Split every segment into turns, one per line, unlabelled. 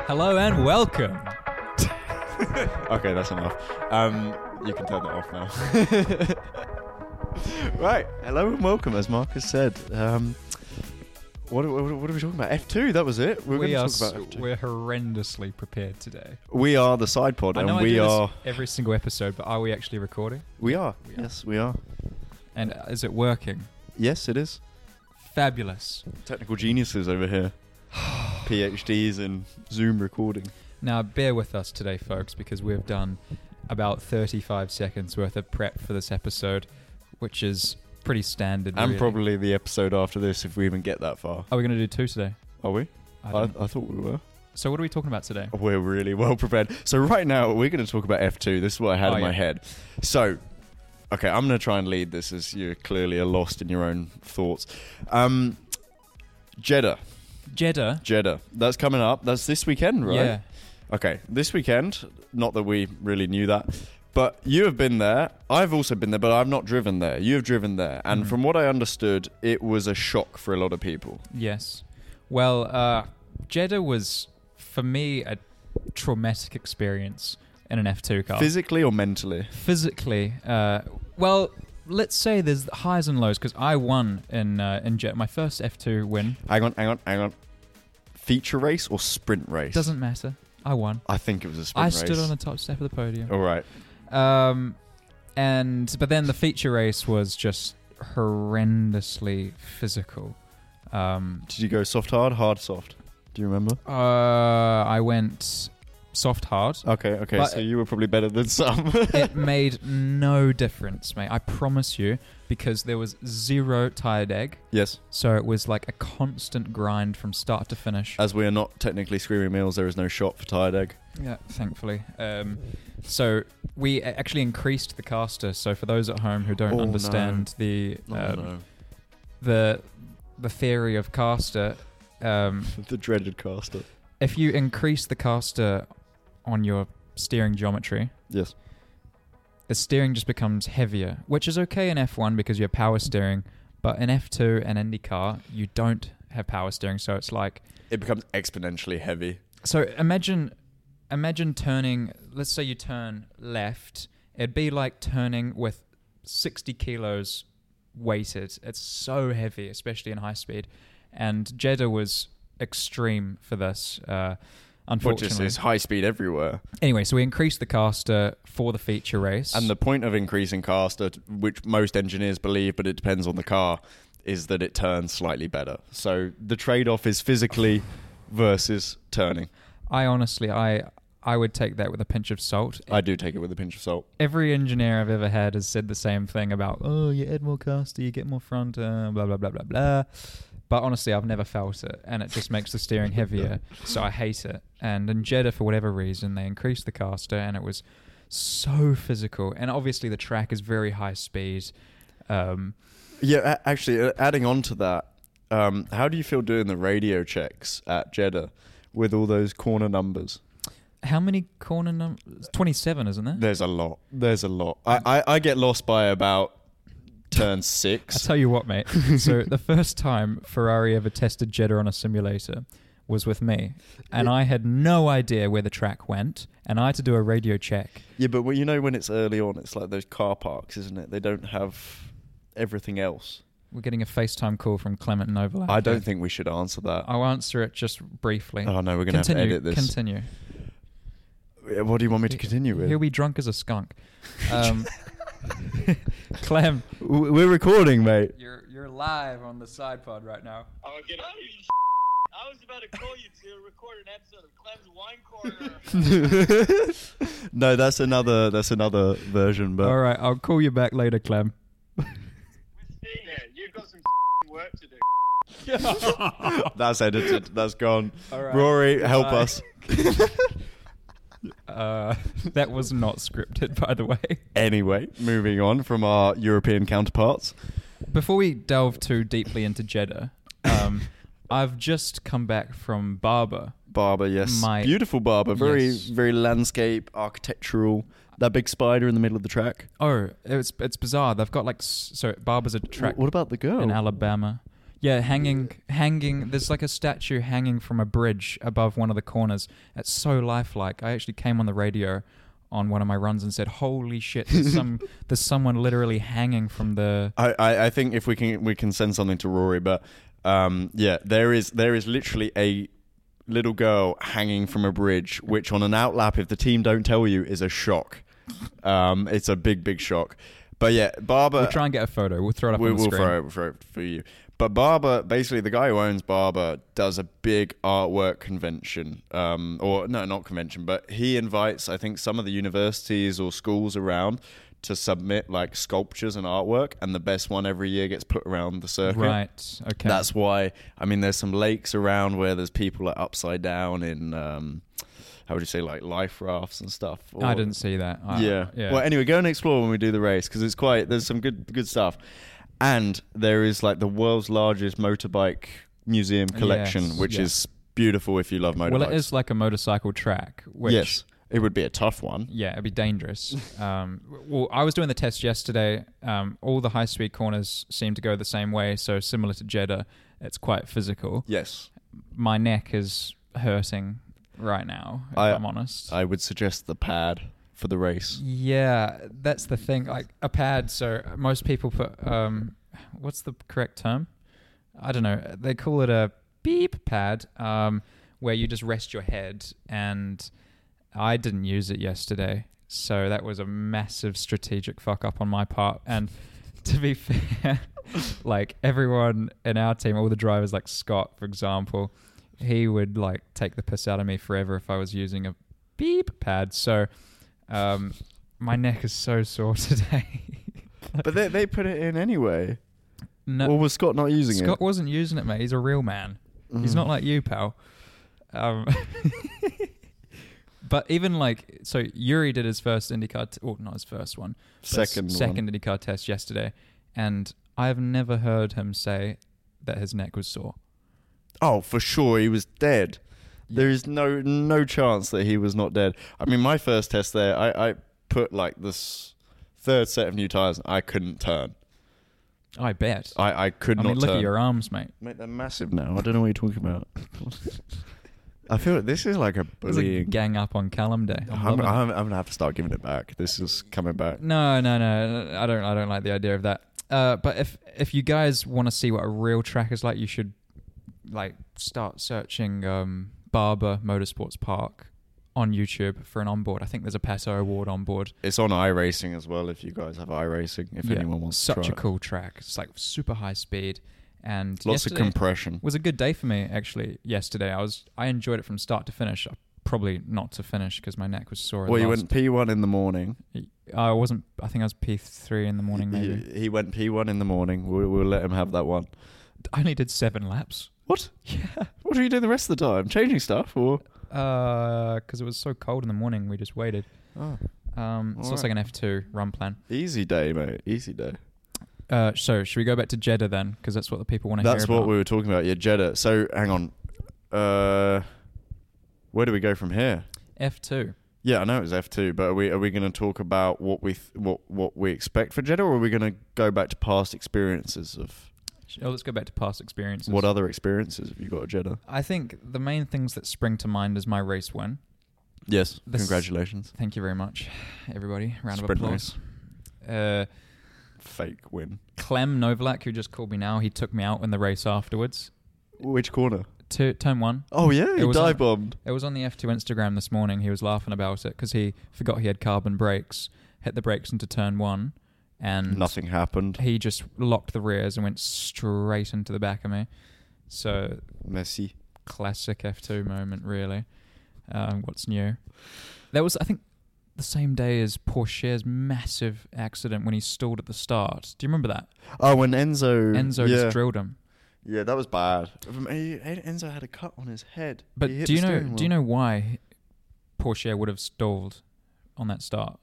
Hello and welcome.
Okay, that's enough. Um, you can turn that off now. right, hello and welcome, as Marcus said. Um, what, what, what are we talking about? F2, that was it. We We're
We
going
are
to talk
s-
about F2.
we're horrendously prepared today.
We are the side pod,
I
and
know I
we
do this
are.
every single episode, but are we actually recording?
We are. Yes, we are.
And is it working?
Yes, it is.
Fabulous.
Technical geniuses over here. PhDs in Zoom recording.
Now bear with us today, folks, because we've done about 35 seconds worth of prep for this episode, which is pretty standard.
And
really.
probably the episode after this, if we even get that far.
Are we going to do two today?
Are we?
I
I,
don't-
I thought we were.
so what are we talking about today?
We're really well prepared. So right now we're going to talk about F2. This is what I had
Oh,
in my
yeah.
head. So okay, I'm going to try and lead this as you clearly are lost in your own thoughts. Um Jeddah,
Jeddah.
Jeddah. That's coming up. That's this weekend, right?
Yeah.
Okay, this weekend. Not that we really knew that, but you have been there. I've also been there, but I've not driven there. You have driven there, and
Mhm.
from what I understood, it was a shock for a lot of people.
Yes. Well, uh, Jeddah was for me a traumatic experience in an F2 car.
Physically or mentally?
Physically, uh, well, let's say there's highs and lows because I won in uh, in Jet my first F2 win.
Hang on, hang on, hang on. Feature race or sprint race?
Doesn't matter. I won.
I think it was a sprint
I
race. Oh.
stood on the top step of the podium.
All right.
Um, and but then the feature race was just horrendously physical. Um,
Did you go soft hard, hard soft? Do you remember?
uh, I went soft hard.
Okay, okay.
But-
so you were probably better than some.
it made no difference, mate. I promise you, because there was zero tired egg,
yes.
so it was like a constant grind from start to finish.
As we are not technically screaming meals, there is no shot for tired egg.
yeah, thankfully. Um, so we a- actually increased the caster. So for those at home who don't
Oh, no.
understand the
Oh,
um,
no.
the the theory of caster, um,
the dreaded caster.
if you increase the caster on your steering geometry,
Yes.
the steering just becomes heavier, which is okay in F1 because you have power steering, but in F2 and IndyCar, you don't have power steering, so it's like
It becomes exponentially heavy.
so imagine imagine turning, let's say you turn left, it'd be like turning with 60 kilos weighted. It's so heavy, especially in high speed. And Jeddah was extreme for this. Uh,
Which is,
unfortunately.
is high speed everywhere.
Anyway, so we increased the caster for the feature race.
And the point of increasing caster, t- which most engineers believe, but it depends on the car, is that it turns slightly better. So the trade off is physically versus turning.
I honestly, I I would take that with a pinch of salt.
I do take it with a pinch of salt.
Every engineer I've ever had has said the same thing about, oh, you add more caster, you get more front, uh, blah blah blah blah blah. But honestly, I've never felt it, and it just makes the steering heavier, so I hate it. And in Jeddah, for whatever reason, they increased the caster, and it was so physical. And obviously, the track is very high speed. Um,
Yeah, a- actually, uh, adding on to that, um, how do you feel doing the radio checks at Jeddah with all those corner numbers?
how many corner numbers? Twenty-seven, isn't it?
There's a lot. There's a lot. I, I, I get lost by about turn
I
six.
tell you what, mate. so the first time Ferrari ever tested Jeddah on a simulator was with me, and I had no idea where the track went, and I had to do a radio check.
Yeah, but well, you know when it's early on, it's like those car parks, isn't it? They don't have everything else.
We're getting a FaceTime call from Clement and Overland.
I don't think we should answer that.
I'll answer it just briefly.
Oh no, we're gonna
continue.
have to edit this.
Continue.
Yeah, What do you want me to continue with?
He'll be drunk as a skunk. Um, Clem,
W- We're recording, mate.
you're you're live on the side pod right now.
Oh, get out of here, you I was about to call you to record an episode of Clem's Wine Corner.
no, that's another. That's another version. But
All right, I'll call you back later, Clem.
yeah, you got some work to do.
That's edited. That's gone.
All right.
Rory, help
Goodbye.
us.
Uh, that was not scripted, by the way.
Anyway, moving on from our European counterparts.
Before we delve too deeply into Jeddah, um, I've just come back from Barber.
Barber, yes.
My-
Beautiful barber. Very,
Yes.
very landscape, architectural. That big spider in the middle of the track.
Oh, it's it's bizarre. They've got like s- so Barber's a track
What about the girl?
in Alabama. Yeah, hanging, hanging. There's like a statue hanging from a bridge above one of the corners. It's so lifelike. I actually came on the radio on one of my runs and said, "Holy shit! There's some, there's someone literally hanging from the."
I, I, I think if we can we can send something to Rory, but um, yeah, there is there is literally a little girl hanging from a bridge, which on an outlap, if the team don't tell you, is a shock. Um, it's a big big shock. But yeah, Barber.
We'll try and get a photo. We'll throw it up
Uh, we
on the
will
screen.
throw it for, for you. But Barber, basically, the guy who owns Barber does a big artwork convention, um, or no, not convention, but he invites, I think, some of the universities or schools around to submit like sculptures and artwork, and the best one every year gets put around the circuit.
Right. Okay.
That's why. I mean, there's some lakes around where there's people like upside down in, um, how would you say, like life rafts and stuff.
I
or-
didn't see that. I-
yeah.
Uh, Yeah.
Well, anyway, go and explore when we do the race because it's quite. There's some good good stuff, and there is like the world's largest motorbike museum collection,
Yes,
which
yeah.
is beautiful if you love motorbikes.
well, it is like a motorcycle track. Which,
yes, it would be a tough one.
yeah, it'd be dangerous. Um, well, I was doing the test yesterday. Um, all the high speed corners seem to go the same way, so similar to Jeddah, it's quite physical.
Yes,
My neck is hurting right now, if I,
I-
am honest.
I would suggest the pad for the race.
yeah, that's the thing. Like a pad, so most people put um, what's the correct term? I don't know. They call it a beep pad, um, where you just rest your head. And I didn't use it yesterday, so that was a massive strategic fuck up on my part. And to be fair, like everyone in our team, all the drivers, like Scott, for example, he would like take the piss out of me forever if I was using a beep pad. So um, my neck is so sore today.
But they they put it in anyway.
no,
or was Scott not using
Scott
it?
wasn't using it, mate. He's a real man. He's
Mhm.
not like you, pal. Um, but even like, so Yuri did his first IndyCar, t- or not his first one, but his
Second one.
second IndyCar test yesterday, and I've never heard him say that his neck was sore.
Oh, for sure, he was dead. There is no no chance that he was not dead. I mean, my first test there, I, I put like this third set of new tires. and I couldn't turn.
I bet. I,
I, I could
mean,
not
look
turn.
at your arms, mate.
Mate, they're massive now. I don't know what you're talking about. I feel like this is like a
It was like
bullying.
gang up on Callum Day. I'm
I'm, I'm,
loving it.
I'm gonna have to start giving it back. This is coming back.
No, no, no. I don't. I don't like the idea of that. Uh, but if if you guys want to see what a real track is like, you should like start searching um, Barber Motorsports Park on YouTube for an onboard. I think there's a Paso Award onboard.
It's on iRacing as well. If you guys have iRacing, if
Yeah,
anyone wants
such
to try
a cool track. It's like super high speed and
it. lots of
yesterday
compression.
was a good day for me actually. Yesterday, I was I enjoyed it from start to finish. Uh, Probably not to finish because my neck was sore.
Well, you
last-
went P1 in the morning.
I wasn't. I think I was P three in the morning. Maybe
He, he went P1 in the morning. We'll, we'll let him have that one.
I only did seven laps.
What?
Yeah.
What are you doing the rest of the time? Changing stuff or?
because Uh, it was so cold in the morning, we just waited. Um, so it's like
Alright.
an F2 run plan.
Easy day, mate. Easy day.
Uh, so should we go back to Jeddah then? Because that's what the people want to hear
That's what
about.
we were talking about. Yeah, Jeddah. So hang on. Uh, where do we go from here?
F2.
Yeah, I know it's F two, but are we are we going to talk about what we th- what what we expect for Jeddah, or are we going to go back to past experiences of
Oh, let's go back to past experiences.
what other experiences have you got at Jeddah?
I think the main things that spring to mind is my race win.
Yes,
This-
congratulations.
Thank you very much, everybody. Round
Sprint
of applause. Uh,
Fake win.
Clem Novak, who just called me now, he took me out in the race afterwards.
Which corner?
Two, turn one.
Oh yeah,
It
you
was on-
dive bombed.
It was on the F2 Instagram this morning. He was laughing about it because he forgot he had carbon brakes, hit the brakes into turn one, and
Nothing happened.
he just locked the rears and went straight into the back of me. So,
Messi.
classic F2 moment, really. Um, what's new? There was, I think, the same day as Porsche's massive accident when he stalled at the start. Do you remember that?
Oh, when Enzo
Enzo
yeah.
just drilled him.
Yeah, that was bad. He- Enzo had a cut on his head.
But
He hit
do you
the
know?
steering
Do you
wheel.
know why Porsche would have stalled on that start?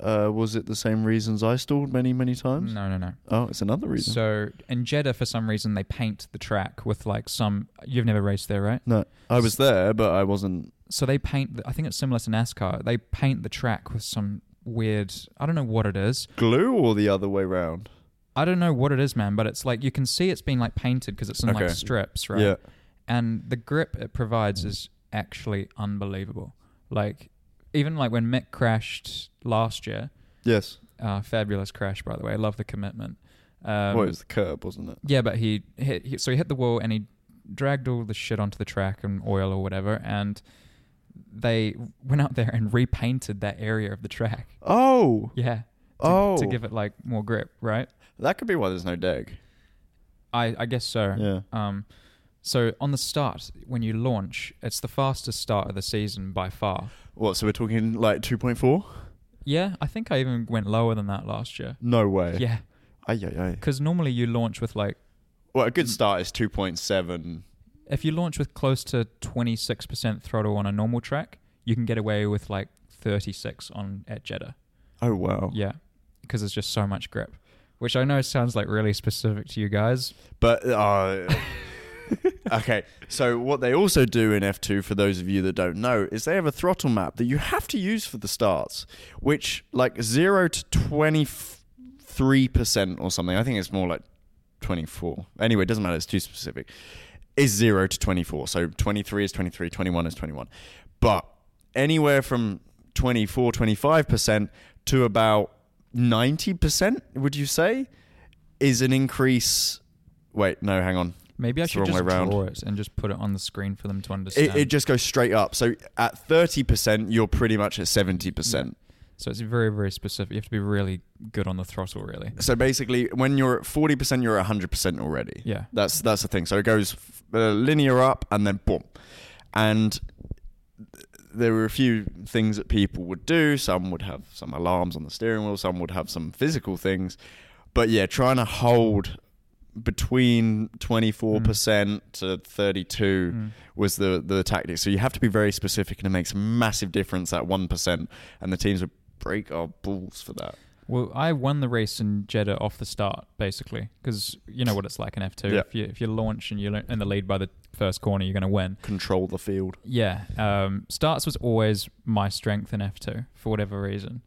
Uh, was it the same reasons I stalled many, many times?
No, no, no.
Oh, it's another reason.
So in Jeddah, for some reason, they paint the track with like some. You've never raced there, right?
no, I was there, but I wasn't.
So they paint. I think it's similar to NASCAR. They paint the track with some weird. I don't know what it is.
Glue or the other way round?
I don't know what it is, man, but it's like you can see it's been like painted because it's in like
Okay.
strips, right?
Yeah.
And the grip it provides is actually unbelievable. Like even like when Mick crashed last year,
Yes.
uh, fabulous crash by the way. I love the commitment. Um,
well, it was the curb, wasn't it?
yeah, but he hit. He, so he hit the wall and he dragged all the shit onto the track and oil or whatever, and they went out there and repainted that area of the track.
Oh,
Yeah. To,
Oh.
To give it like more grip, right?
that could be why there's no deg.
I I guess so.
Yeah.
Um, so on the start when you launch, it's the fastest start of the season by far.
What? So we're talking like 2.4?
Yeah, I think I even went lower than that last year.
No way.
Yeah,
Ay, ay, ay.
because normally you launch with like
Well, a
Mm.
good start is 2.7.
if you launch with close to 26% throttle on a normal track, you can get away with like 36 on at Jeddah.
Oh wow.
Yeah, because there's just so much grip, which I know sounds like really specific to you guys.
But uh, okay, so what they also do in F2 for those of you that don't know is they have a throttle map that you have to use for the starts, which like 0 to 23% or something. I think it's more like 24. Anyway, it doesn't matter, it's too specific. Is 0 to 24. So 23 is 23, 21 is 21. But anywhere from 24, 25% to about 90%, would you say, is an increase Wait, no, hang on.
Maybe I
It's the
should
wrong
just
way round.
draw it and just put it on the screen for them to understand.
It, it just goes straight up. So at 30%, you're pretty much at 70%.
so it's very very specific. You have to be really good on the throttle, really.
So basically, when you're at 40%, you're at 100% already.
Yeah.
That's that's the thing. So it goes uh, linear up and then boom. And there were a few things that people would do. Some would have some alarms on the steering wheel, some would have some physical things. But yeah, trying to hold between 24% to 32
Mm.
was the the tactic. So you have to be very specific and it makes a massive difference that 1% and the teams would break our balls for that.
Well, I won the race in Jeddah off the start, basically, because you know what it's like in F2.
Yeah.
If you if you launch and you're in the lead by the first corner, you're going to win.
Control the field.
Yeah, um, starts was always my strength in F2 for whatever reason.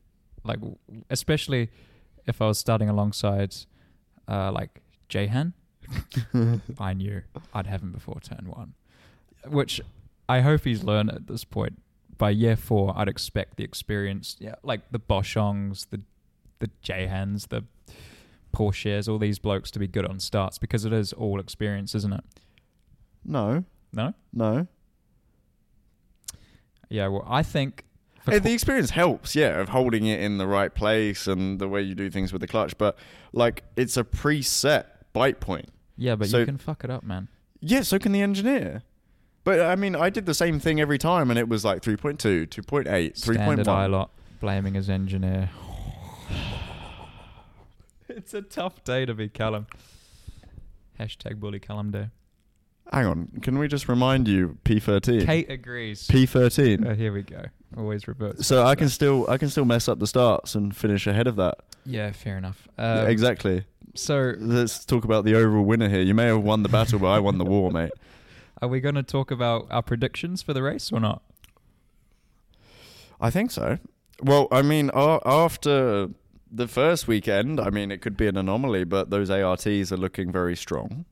Like, w- especially if I was starting alongside, uh, like Jahan, I knew I'd have him before turn one, which I hope he's learned at this point. By year four, I'd expect the experience, yeah, like the Boschongs, the the Jahans, the Porsches, all these blokes to be good on starts because it is all experience, isn't it?
No,
No,
no.
yeah. Well, I think for qu-
Eh, the experience helps, yeah, of holding it in the right place and the way you do things with the clutch. But like, it's a preset bite point.
Yeah, but you
So-
can fuck it up, man.
Yeah, so can the engineer. But I mean, I did the same thing every time, and it was like 3.2, 2.8,
Standard
3.1.
lot blaming his engineer. it's a tough day to be Callum. Hashtag bully Callum day.
Hang on, can we just remind you P13?
Kate agrees.
P13.
Oh, here we go. Always revert.
so I can still I can still mess up the starts and finish ahead of that.
Yeah, fair enough.
Uh,
Um,
exactly.
So,
Let's talk about the overall winner here. You may have won the battle, but I won the war, mate.
are we going to talk about our predictions for the race or not?
I think so. Well, I mean, a- after the first weekend, I mean, it could be an anomaly, but those ARTs are looking very strong.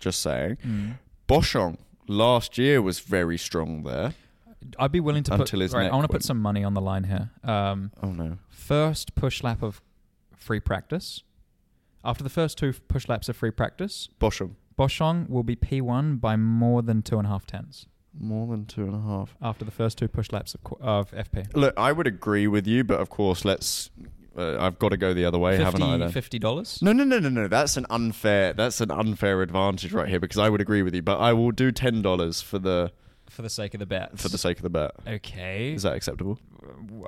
Just saying.
Hmm.
Boschong last year was very strong there.
I'd be willing to put.
Until his
right, I
neck
want to put
went.
some money on the line here. Um,
Oh no.
first push lap of free practice. After the first two push laps of free practice,
Boschong
Boshong will be P1 by more than two and a half tenths
more than two and a half.
after the first two push laps of, qu- of FP.
Look, I would agree with you, but of course, let's. Uh, I've got to go the other way, haven't I? Then?
$50?
No, no, no, no, no. That's an unfair. That's an unfair advantage right here because I would agree with you, but I will do ten dollars for the
For the sake of the bet.
for the sake of the bet.
Okay.
Is that acceptable?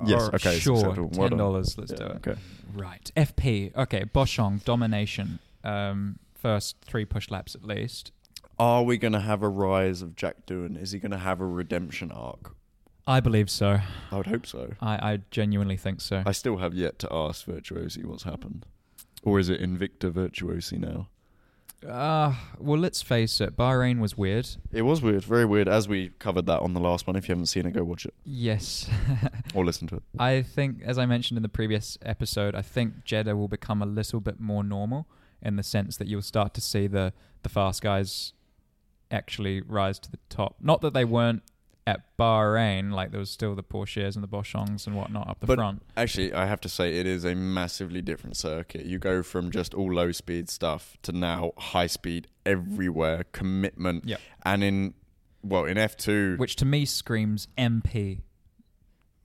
yes,
Yes, okay, it's
Sure.
acceptable. Well
$10.
done.
Let's do it.
Okay.
Right. FP. Okay. Boshong, domination. Um, first three push laps at least.
Are we going to have a rise of Jack Doohan? Is he going to have a redemption arc?
I believe so.
I would hope so.
I, I genuinely think so.
I still have yet to ask Virtuosi what's happened. Or is it Invicta Virtuosi now?
Uh, well, let's face it, Bahrain was weird.
It was weird, very weird, as we covered that on the last one. If you haven't seen it, go watch it
Yes.
or listen to it.
I think, as I mentioned in the previous episode, I think Jeddah will become a little bit more normal in the sense that you'll start to see the, the fast guys actually rise to the top. Not that they weren't at Bahrain, like there was still the Porsches and the Boschongs and whatnot up the
But-
front.
Actually, I have to say, it is a massively different circuit. You go from just all low speed stuff to now high speed everywhere, commitment.
Yep.
And in, well, in F2,
Which to me screams MP.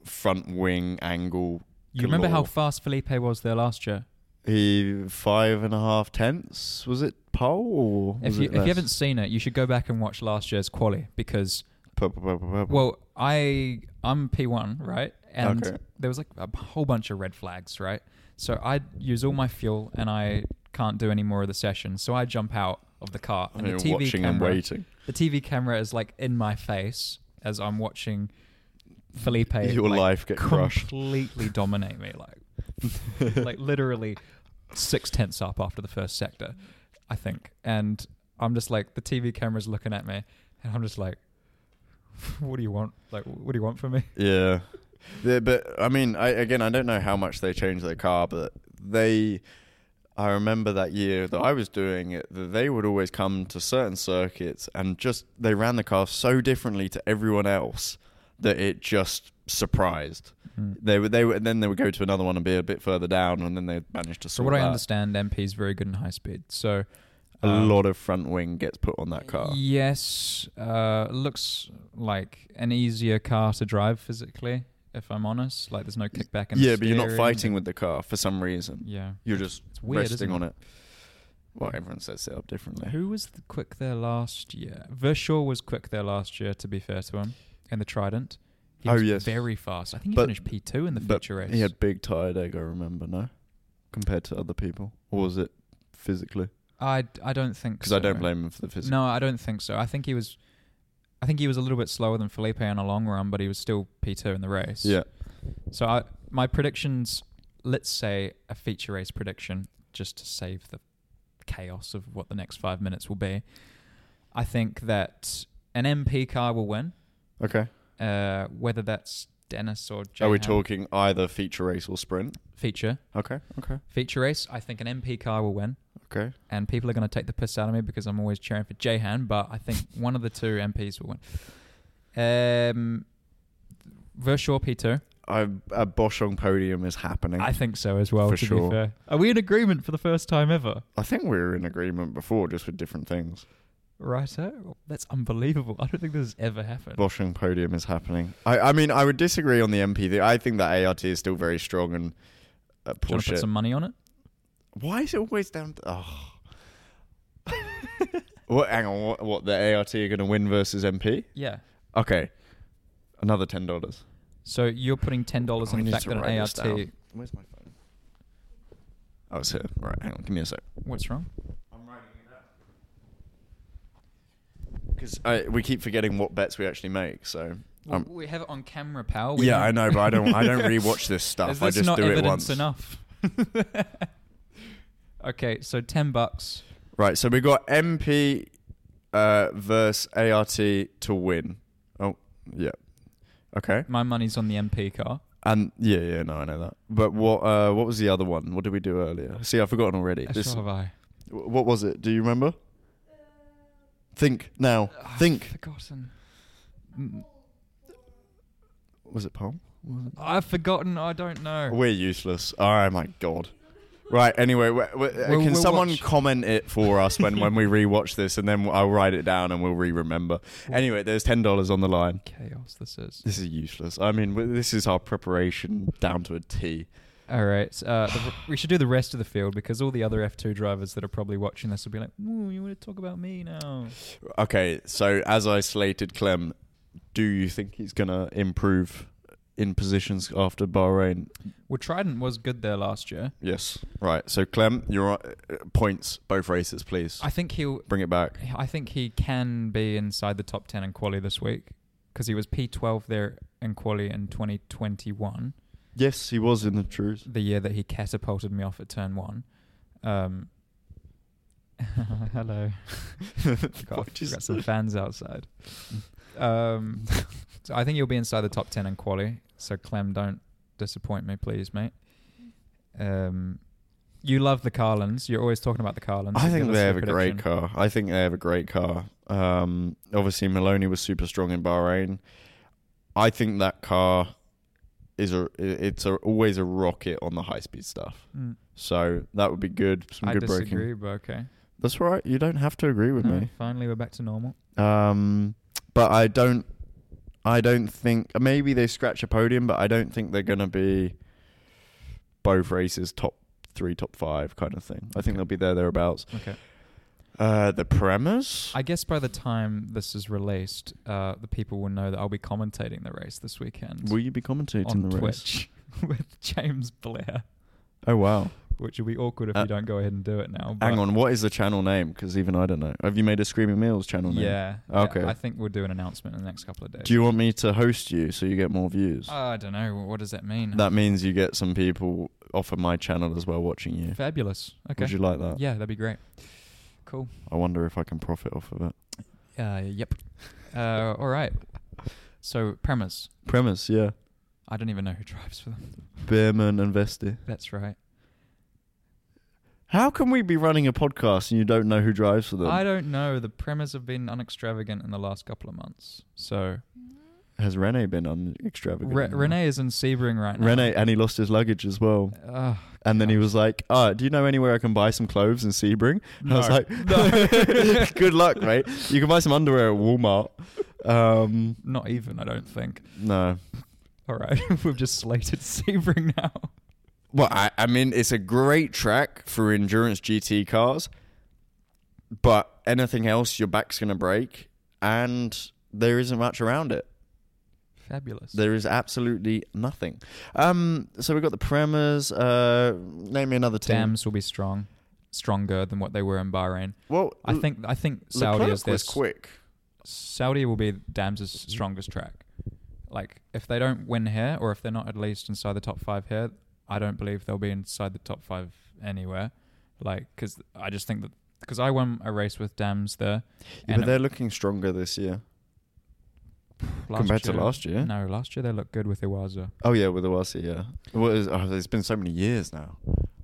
front wing angle.
You remember how
galore.
fast Felipe was there last year?
he five and a half tenths was it pole or was
If you,
it
if you
less?
haven't seen it, you should go back and watch last year's quali because
Pu- pu- pu- pu- pu-
Well, I I'm P1, right? And
Okay.
there was like a b- whole bunch of red flags, right? So I use all my fuel and I can't do any more of the session. So I jump out of the car
I
and
mean,
the TV
watching
camera,
and waiting.
the TV camera is like in my face as I'm watching Felipe
Your
like,
life get crushed.
completely dominate me, like like literally six tenths up after the first sector, I think. And I'm just like the TV camera's looking at me, and I'm just like, what do you want? Like, what do you want from me?
Yeah. yeah, but I mean, I again, I don't know how much they changed their car, but they. I remember that year that I was doing it, that they would always come to certain circuits and just they ran the car so differently to everyone else that it just surprised.
Hmm.
They would, they would, then they would go to another one and be a bit further down, and then they managed to.
So
sort
what I
that.
understand, MP is very good in high speed. So
a
um,
lot of front wing gets put on that car.
Yes, uh, looks like an easier car to drive physically. If I'm honest, like there's no kickback. In the
Yeah, but you're not
steering.
fighting with the car for some reason.
Yeah,
You're just
It's weird,
resting
isn't
on it. Well, everyone sets it up differently.
Who was the quick there last year? Vershaw was quick there last year, to be fair to him, in the Trident. He
Oh,
was
yes.
Very fast. I think he
But-
finished P2 in the
but
feature race.
He had big tired egg, I remember, no? Compared to other people. Or was it physically?
I, I don't think
Because
so.
I don't blame him for the physical.
No, I don't think so. I think he was. I think he was a little bit slower than Felipe in a long run, but he was still P2 in the race.
Yeah.
So I, my predictions, let's say a feature race prediction, just to save the chaos of what the next five minutes will be. I think that an MP car will win.
Okay.
uh, whether that's Dennis or
Are we
Jahan.
talking either feature race or sprint?
feature
Okay. Okay.
feature race? I think an MP car will win,
Okay.
and people are going to take the piss out of me because I'm always cheering for Jahan, but I think one of the two MPs will win. Um, Vershaw P2,
I, a Boschong podium is happening.
I think so as well.
For
to
sure.
be fair, are we in agreement for the first time ever?
I think we were in agreement before, just with different things.
Right, that's unbelievable. I don't think this has ever happened.
Boschong podium is happening. I, I mean, I would disagree on the MP. thing. I think that ART is still very strong and uh,
Do you want to put
Porsche.
some money on it?
Why is it always down? To, oh. what? Hang on. What? What? The ART are going to win versus MP?
Yeah.
Okay. Another ten dollars.
So you're putting ten dollars on the fact that an ART.
Where's my phone? Oh, it's here. Right. Hang on. Give me a sec.
What's wrong?
I'm writing it down. Because we keep forgetting what bets we actually make. So.
Well,
Um,
we have it on camera, pal. We
yeah, I
don't-
know, but I don't. I don't rewatch this stuff.
Is
I
this
just
not
do it
evidence
once.
enough? okay, so ten bucks.
Right. So we got MP uh, versus ART to win. Oh, yeah. Okay.
My money's on the MP car.
And yeah, yeah, no, I know that. But what uh, what was the other one? What did we do earlier? See, I've forgotten already. This-
so have I.
wh- what was it? Do you remember? Think now. Think.
I've forgotten.
Was it Palm?
I've forgotten. I don't know.
We're useless. Oh my god. Right. Anyway, we we uh,
We'll-
can
we'll
someone
watch.
comment it for us when when we rewatch this, and then I'll write it down and we'll re-remember. Anyway, there's ten dollars on the line.
Chaos. This is.
This is useless. I mean, w- this is our preparation down to a T.
All right. so, Uh, the, we should do the rest of the field because all the other F2 drivers that are probably watching this will be like, "Ooh, you want to talk about me now?"
Okay, so as I slated Clem, do you think he's going to improve in positions after Bahrain?
Well, Trident was good there last year.
Yes. Right. So Clem, you're on, uh, points both races, please.
I think he'll
Bring it back.
I think he can be inside the top 10 in quali this week because he was P12 there in quali in 2021,
Yes, he was in the truth.
the year that he catapulted me off at turn one. Um, Hello. got,
What is
got some fans outside. Um, so I think you'll be inside the top ten in quali. So Clem, don't disappoint me, please, mate. Um, you love the Carlins. You're always talking about the Carlins.
I
So
think
give us
they
your
have a great
prediction.
car. I think they have a great car. Um, obviously, Maloney was super strong in Bahrain. I think that car is a it's a, always a rocket on the high speed stuff.
Mm,
So that would be good. Some
I
good braking.
disagree, Hmm. but okay.
That's all right. You don't have to agree with
No,
me.
Finally, we're back to normal.
Um, but I don't. I don't think maybe they scratch a podium, but I don't think they're gonna be both races top three, top five kind of thing. I think they'll be there thereabouts.
Okay.
Uh, the Premas.
I guess by the time this is released, uh, the people will know that I'll be commentating the race this weekend
Will you be commentating
on
the race?
Twitch with James Blair,
Oh wow!
which will be awkward if
Uh,
you don't go ahead and do it now. but-
Hang on, what is the channel name? Because even I don't know. Have you made a Screaming Meals channel name?
Yeah. yeah,
Okay.
I think we'll do an announcement in the next couple of days.
Do you want me to host you so you get more views?
I don't know. What does that mean?
that means you get some people off of my channel as well watching you.
Fabulous. Okay.
Would you like that?
yeah, that'd be great. Cool.
I wonder if I can profit off of it.
Uh, yep. Uh, all right. So premise.
Premise, yeah.
I don't even know who drives for them.
Beerman and Vesti.
That's right.
How can we be running a podcast and you don't know who drives for them?
I don't know. The premise have been unextravagant in the last couple of months. So
Has Rene been on extravagant?
Re- Renee is in Sebring right now.
Rene, and he lost his luggage as well.
Ugh.
And then he was like, "Ah, do you know anywhere I can buy some clothes in Sebring?" And I was
No.
like,
No.
"Good luck, mate. You can buy some underwear at Walmart." Um,
not even. I don't think.
no.
All right, we've just slated Sebring now.
Well, I, I mean, it's a great track for endurance GT cars, but anything else, your back's gonna break, and there isn't much around it.
Fabulous.
There is absolutely nothing. Um, so we've got the Premas. Uh, name me another team.
Dams will be strong, stronger than what they were in Bahrain.
Well,
I
L-
think I think Saudi
Leclerc
is this
was quick.
Saudi will be Dams'
Mm-hmm.
strongest track. Like if they don't win here, or if they're not at least inside the top five here, I don't believe they'll be inside the top five anywhere. Like because I just think that because I won a race with Dams there,
Yeah,
and
but they're looking stronger this year.
last
compared to last year?
No, last year they looked good with Iwaza.
Oh yeah, with Awasi, yeah. Well, it's, oh, it's been so many years now.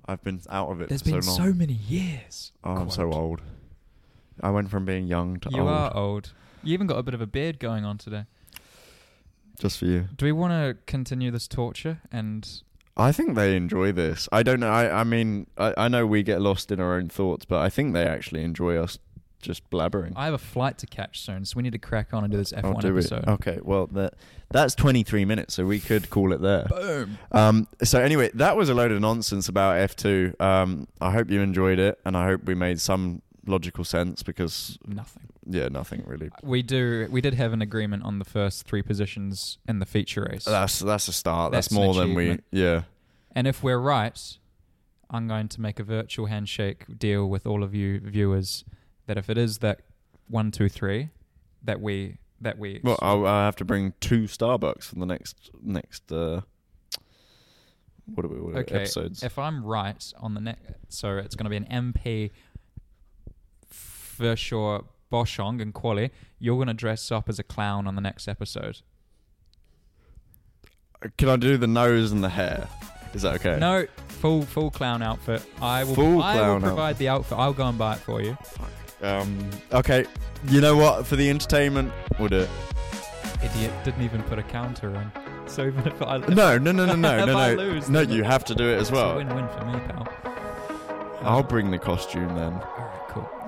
I've been out of it
There's
for
been
so
so
long.
many years.
oh, I'm so old. I went from being young to
You
old.
are old. You even got a bit of a beard going on today.
Just for you.
Do we want to continue this torture and
I think they enjoy this. I don't know. I, I mean, I, I know we get lost in our own thoughts, but I think they actually enjoy us just blabbering.
I have a flight to catch soon, so we need to crack on and do this
I'll
F1
Oh, do it.
episode.
Okay, well, that that's 23 minutes, so we could call it there.
Boom.
Um, so anyway, that was a load of nonsense about F2. Um, I hope you enjoyed it, and I hope we made some logical sense because
Nothing.
yeah, nothing really.
We do. We did have an agreement on the first three positions in the feature race,
That's that's a start. That's,
That's an
more than we.
achievement.
Yeah.
and if we're right, I'm going to make a virtual handshake deal with all of you viewers that if it is that one, two, three, that we that we
Well, uh, I'll, I'll have to bring two Starbucks for the next next. Uh, what are we? What are we-
okay.
episodes?
If I'm right on the next, so it's going to be an MP for sure. Boshong and Quali, you're going to dress up as a clown on the next episode.
Uh, Can I do the nose and the hair? Is that okay?
No, full full clown outfit. I will.
Full
I
clown
will provide the outfit. I'll go and buy it for you.
Um. Okay. You know what? For the entertainment, we'll do it.
Idiot didn't even put a counter on. So even if I
No, no, no, no, no,
If
no,
I
no.
lose,
no,
then-
you have to do it as
it's a
well.
win-win for me, pal.
I'll bring the costume then.
All right, cool.